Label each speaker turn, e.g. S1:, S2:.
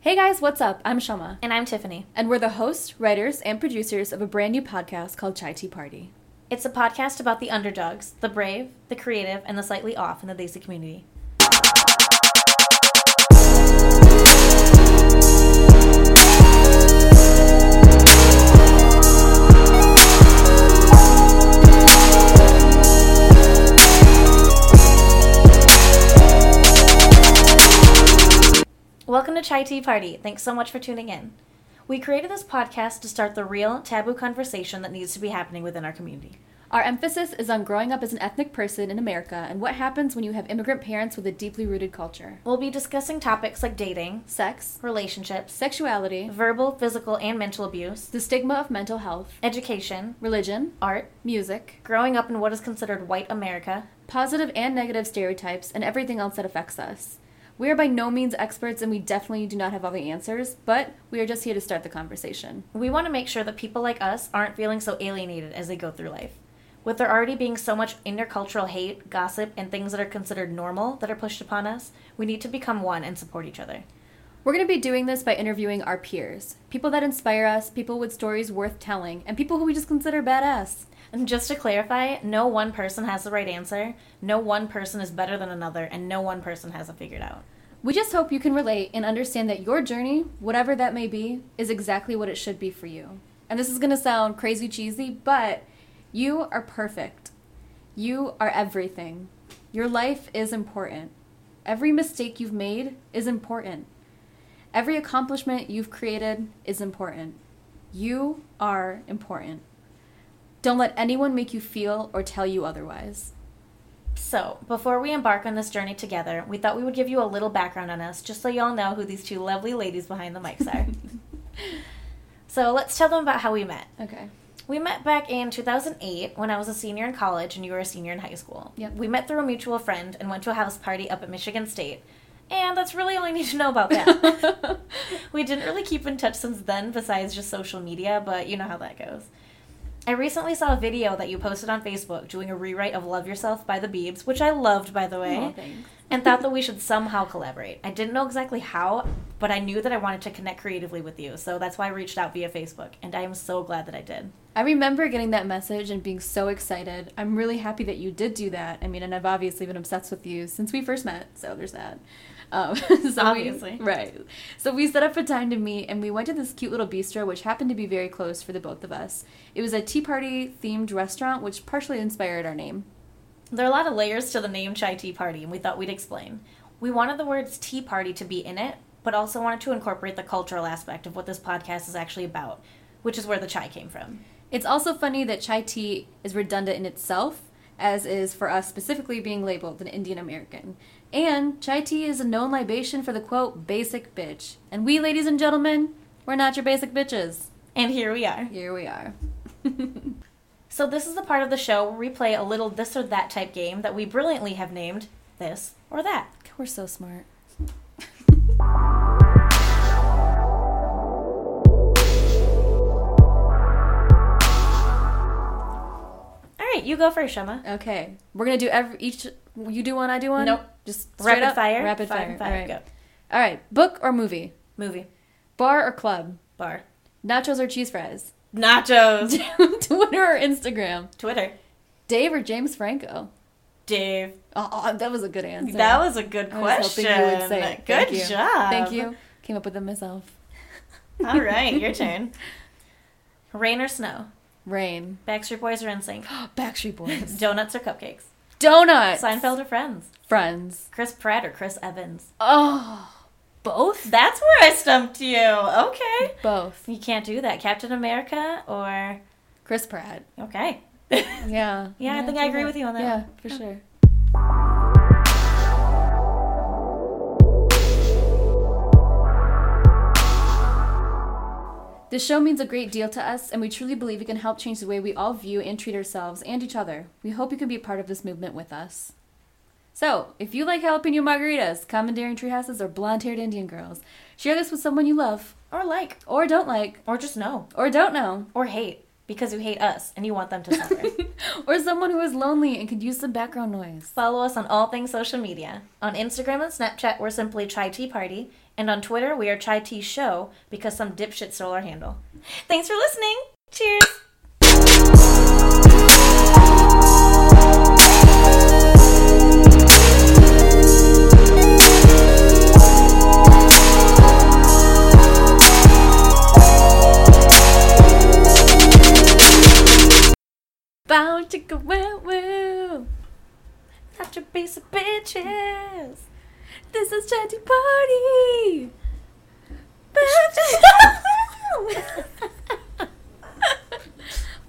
S1: Hey guys, what's up? I'm Shama,
S2: And I'm Tiffany.
S1: and we're the hosts, writers, and producers of a brand new podcast called Chai Tea Party.
S2: It's a podcast about the underdogs, the brave, the creative, and the slightly off in the Daisy community. Welcome to Chai Tea Party. Thanks so much for tuning in. We created this podcast to start the real taboo conversation that needs to be happening within our community.
S1: Our emphasis is on growing up as an ethnic person in America and what happens when you have immigrant parents with a deeply rooted culture.
S2: We'll be discussing topics like dating,
S1: Sex,
S2: relationships,
S1: sexuality,
S2: verbal, physical, and mental abuse,
S1: the stigma of mental health,
S2: education,
S1: religion,
S2: art,
S1: music,
S2: growing up in what is considered white America,
S1: positive and negative stereotypes, and everything else that affects us. We are by no means experts and we definitely do not have all the answers, but we are just here to start the conversation.
S2: We want to make sure that people like us aren't feeling so alienated as they go through life. With there already being so much intercultural hate, gossip, and things that are considered normal that are pushed upon us, we need to become one and support each other.
S1: We're going to be doing this by interviewing our peers people that inspire us, people with stories worth telling, and people who we just consider badass.
S2: And just to clarify, no one person has the right answer, no one person is better than another, and no one person has it figured out.
S1: We just hope you can relate and understand that your journey, whatever that may be, is exactly what it should be for you. And this is going to sound crazy cheesy, but you are perfect. You are everything. Your life is important. Every mistake you've made is important. Every accomplishment you've created is important. You are important. Don't let anyone make you feel or tell you otherwise.
S2: So, before we embark on this journey together, we thought we would give you a little background on us just so y'all know who these two lovely ladies behind the mics are. so, let's tell them about how we met.
S1: Okay.
S2: We met back in 2008 when I was a senior in college and you were a senior in high school.
S1: Yep.
S2: We met through a mutual friend and went to a house party up at Michigan State. And that's really all I need to know about that. we didn't really keep in touch since then, besides just social media, but you know how that goes. I recently saw a video that you posted on Facebook doing a rewrite of Love Yourself by the Beebs, which I loved, by the way,
S1: Aw, thanks.
S2: and thought that we should somehow collaborate. I didn't know exactly how, but I knew that I wanted to connect creatively with you, so that's why I reached out via Facebook, and I am so glad that I did.
S1: I remember getting that message and being so excited. I'm really happy that you did do that. I mean, and I've obviously been obsessed with you since we first met, so there's that. Um, so we-
S2: Obviously.
S1: right. So we set up a time to meet and we went to this cute little bistro, which happened to be very close for the both of us. It was a tea party themed restaurant, which partially inspired our name.
S2: There are a lot of layers to the name chai tea party, and we thought we'd explain. We wanted the words tea party to be in it, but also wanted to incorporate the cultural aspect of what this podcast is actually about, which is where the chai came from.
S1: It's also funny that chai tea is redundant in itself, as is for us specifically being labeled an Indian American. And chai tea is a known libation for the quote, basic bitch. And we, ladies and gentlemen, we're not your basic bitches.
S2: And here we are.
S1: Here we are.
S2: So, this is the part of the show where we play a little this or that type game that we brilliantly have named this or that.
S1: We're so smart.
S2: All right, you go first, Shema.
S1: Okay, we're gonna do every each. You do one, I do one.
S2: Nope.
S1: Just straight
S2: Rapid
S1: up?
S2: fire.
S1: Rapid
S2: Five
S1: fire.
S2: and
S1: All
S2: five,
S1: right.
S2: Go.
S1: All right. Book or movie?
S2: Movie,
S1: Bar or club?
S2: bar,
S1: Nachos or cheese fries?
S2: nachos,
S1: Twitter or Instagram?
S2: Twitter,
S1: Dave or James Franco?
S2: Dave.
S1: Oh, that was a good answer.
S2: That was a good
S1: I was
S2: question.
S1: hoping you would say it.
S2: Good
S1: Thank you.
S2: job.
S1: Thank you. Came up with them myself.
S2: All right, your turn. Rain or snow?
S1: Rain.
S2: Backstreet Boys or NSYNC?
S1: Backstreet Boys.
S2: Donuts or cupcakes?
S1: Donuts.
S2: Seinfeld or Friends?
S1: Friends.
S2: Chris Pratt or Chris Evans?
S1: Oh, both.
S2: That's where I stumped you. Okay.
S1: Both.
S2: You can't do that. Captain America or
S1: Chris Pratt.
S2: okay.
S1: Yeah.
S2: Yeah, I
S1: I'm gonna
S2: think I
S1: do
S2: agree with you on that
S1: Yeah, for sure. This show means a great deal to us, and we truly believe it can help change the way we all view and treat ourselves and each other. We hope you can be a part of this movement with us. So, if you like jalapeno margaritas, commandeering treehouses, or blonde haired Indian girls, share this with someone you love,
S2: or like
S1: or don't like,
S2: or just no
S1: or don't know.
S2: or hate. because you hate us and you want them to suffer.
S1: or someone who is lonely and could use some background noise.
S2: Follow us on all things social media. On Instagram and Snapchat, we're simply Chai Tea Party, and on Twitter, we are Chai Tea Show because some dipshit stole our handle. Thanks for listening. Cheers.
S1: Bow chicka woo woo.
S2: Such a piece of bitches.
S1: This is Chatty Party. Bitch.